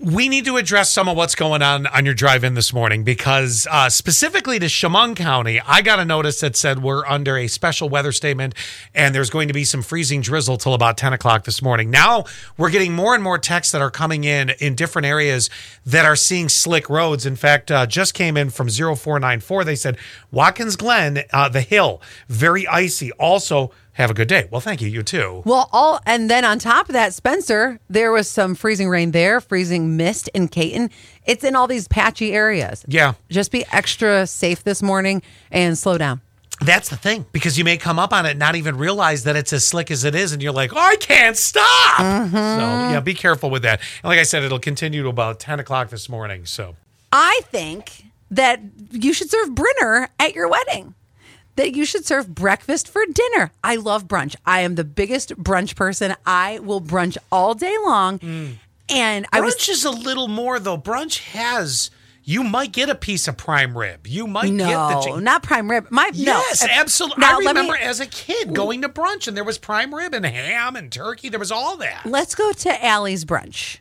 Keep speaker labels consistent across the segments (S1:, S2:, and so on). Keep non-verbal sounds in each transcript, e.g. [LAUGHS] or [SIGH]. S1: we need to address some of what's going on on your drive in this morning because uh, specifically to Chemung County, I got a notice that said we're under a special weather statement and there's going to be some freezing drizzle till about 10 o'clock this morning. Now we're getting more and more texts that are coming in in different areas that are seeing slick roads. In fact, uh, just came in from 0494. They said Watkins Glen, uh, the hill, very icy. Also, have a good day. Well, thank you. You too.
S2: Well, all and then on top of that, Spencer, there was some freezing rain there, freezing mist in Caton. It's in all these patchy areas.
S1: Yeah.
S2: Just be extra safe this morning and slow down.
S1: That's the thing because you may come up on it and not even realize that it's as slick as it is, and you're like, "Oh, I can't stop. So
S2: Mm-hmm.
S1: yeah, be careful with that. And like I said, it'll continue to about ten o'clock this morning. So
S2: I think that you should serve Brinner at your wedding. That you should serve breakfast for dinner. I love brunch. I am the biggest brunch person. I will brunch all day long. And I was
S1: Mm. brunch is a little more though. Brunch has you might get a piece of prime rib. You might get the
S2: no,
S1: chicken.
S2: not prime rib. My
S1: Yes,
S2: no.
S1: absolutely.
S2: Now,
S1: I
S2: let me-
S1: remember as a kid going to brunch and there was prime rib and ham and turkey. There was all that.
S2: Let's go to Allie's brunch.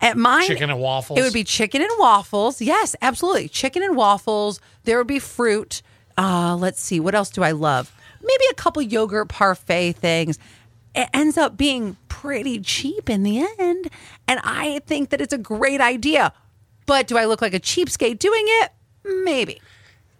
S2: At mine,
S1: Chicken and waffles.
S2: It would be chicken and waffles. Yes, absolutely. Chicken and waffles. There would be fruit. Uh, let's see. What else do I love? Maybe a couple yogurt parfait things. It ends up being pretty cheap in the end. And I think that it's a great idea. But do I look like a cheapskate doing it? Maybe.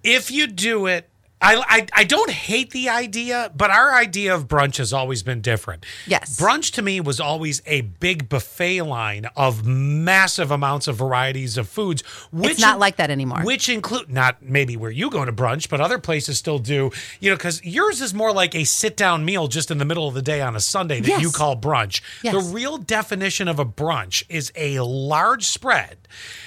S1: if you do it I, I, I don't hate the idea, but our idea of brunch has always been different.
S2: Yes.
S1: Brunch to me was always a big buffet line of massive amounts of varieties of foods. Which
S2: not like that anymore.
S1: Which include, not maybe where you go to brunch, but other places still do, you know, because yours is more like a sit down meal just in the middle of the day on a Sunday that you
S2: Yes.
S1: call brunch. The
S2: Yes.
S1: real definition of a brunch is a large spread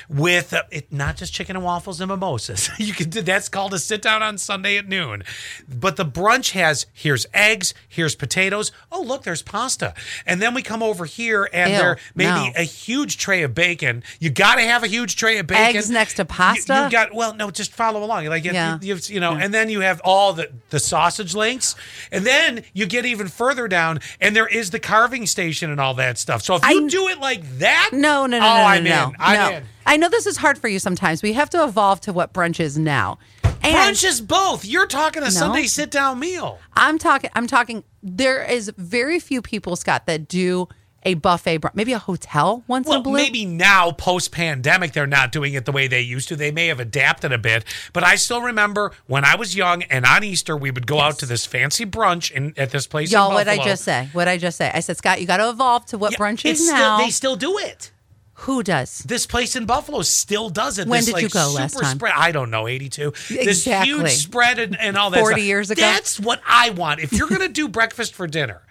S1: with uh, it, not just chicken and waffles and mimosas. [LAUGHS] you can do that's called a sit down on Sunday at noon. But the brunch has here's eggs, here's potatoes. Oh look, there's pasta, and then we come over here and
S2: Ew,
S1: there maybe
S2: no.
S1: a huge tray of bacon. You got to have a huge tray of bacon.
S2: Eggs next to
S1: You- You,
S2: pasta?
S1: got well, no, just follow along. Like
S2: Yeah.
S1: yeah. you, you know, and then you have all the the sausage links, and then you get even further down, and there is the carving station and all that stuff. So if you
S2: I-
S1: do it like that,
S2: No, no, no,
S1: oh,
S2: no, no,
S1: I'm
S2: no,
S1: in. I'm
S2: no.
S1: in.
S2: I know this is hard for you sometimes. We have to evolve to what brunch is now. And
S1: Brunch is both. You're talking a Sunday sit down meal.
S2: I'm talking. I'm talking. There is very few people, Scott, that do a buffet. Brunch. Maybe a hotel once in a
S1: Well,
S2: blue.
S1: maybe now post pandemic they're not doing it the way they used to. They may have adapted a bit, but I still remember when I was young and on Easter we would go out to this fancy brunch in at this place. in
S2: Y'all, what I
S1: Buffalo.
S2: just say? What I just say? I said, Scott, you got to evolve to what
S1: Yeah,
S2: brunch
S1: it's
S2: is
S1: still-
S2: now.
S1: they still do it.
S2: Who does?
S1: This place in Buffalo still does it.
S2: When
S1: This,
S2: did
S1: like,
S2: you go last
S1: super
S2: time?
S1: Spread, I don't know, 82. This huge
S2: Exactly.
S1: spread and, and all that
S2: 40
S1: stuff.
S2: years ago?
S1: That's what I want. If you're going to
S2: [LAUGHS]
S1: do breakfast for dinner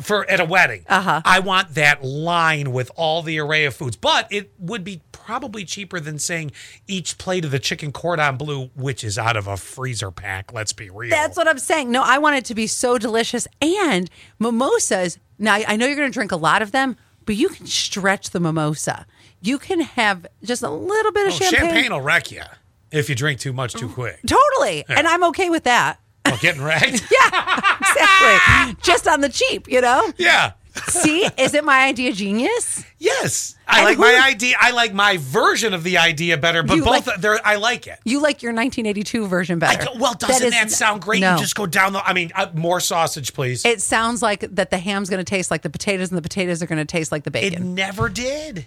S1: for at a wedding, uh-huh. I want that line with all the array of foods. But it would be probably cheaper than saying each plate of the chicken cordon bleu, which is out of a freezer pack. Let's be real.
S2: That's what I'm saying. No, I want it to be so delicious and mimosas. Now I I know you're going to drink a lot of them, but you can stretch the mimosa. You can have just a little bit of
S1: Oh,
S2: champagne.
S1: will wreck you if you drink too much too quick.
S2: Totally, and I'm okay with that. [LAUGHS]
S1: Oh, getting wrecked?
S2: Exactly, just on the cheap, you know.
S1: yeah.
S2: See, isn't my idea genius?
S1: Yes, I
S2: And
S1: like
S2: who-
S1: my idea. I like my version of the idea better, but
S2: You
S1: both
S2: like-
S1: they're I like it.
S2: You like your 1982 version
S1: I
S2: better.
S1: go, well, doesn't that,
S2: is-
S1: sound great?
S2: No.
S1: You just go down the. I mean, uh, more sausage, please. It,
S2: it sounds like that the ham's going to taste like the potatoes and the potatoes are going to taste like the bacon.
S1: never did.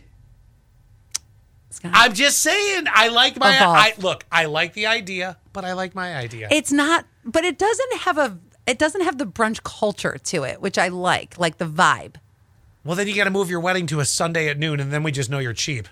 S2: Scott.
S1: I'm just saying. I like my.
S2: Evolve.
S1: I look. I like the idea, but I like my idea.
S2: it's not, but it doesn't have a it doesn't have the brunch culture to it, which I like, like the vibe.
S1: well, then you got to move your wedding to a Sunday at noon, and then we just know you're cheap.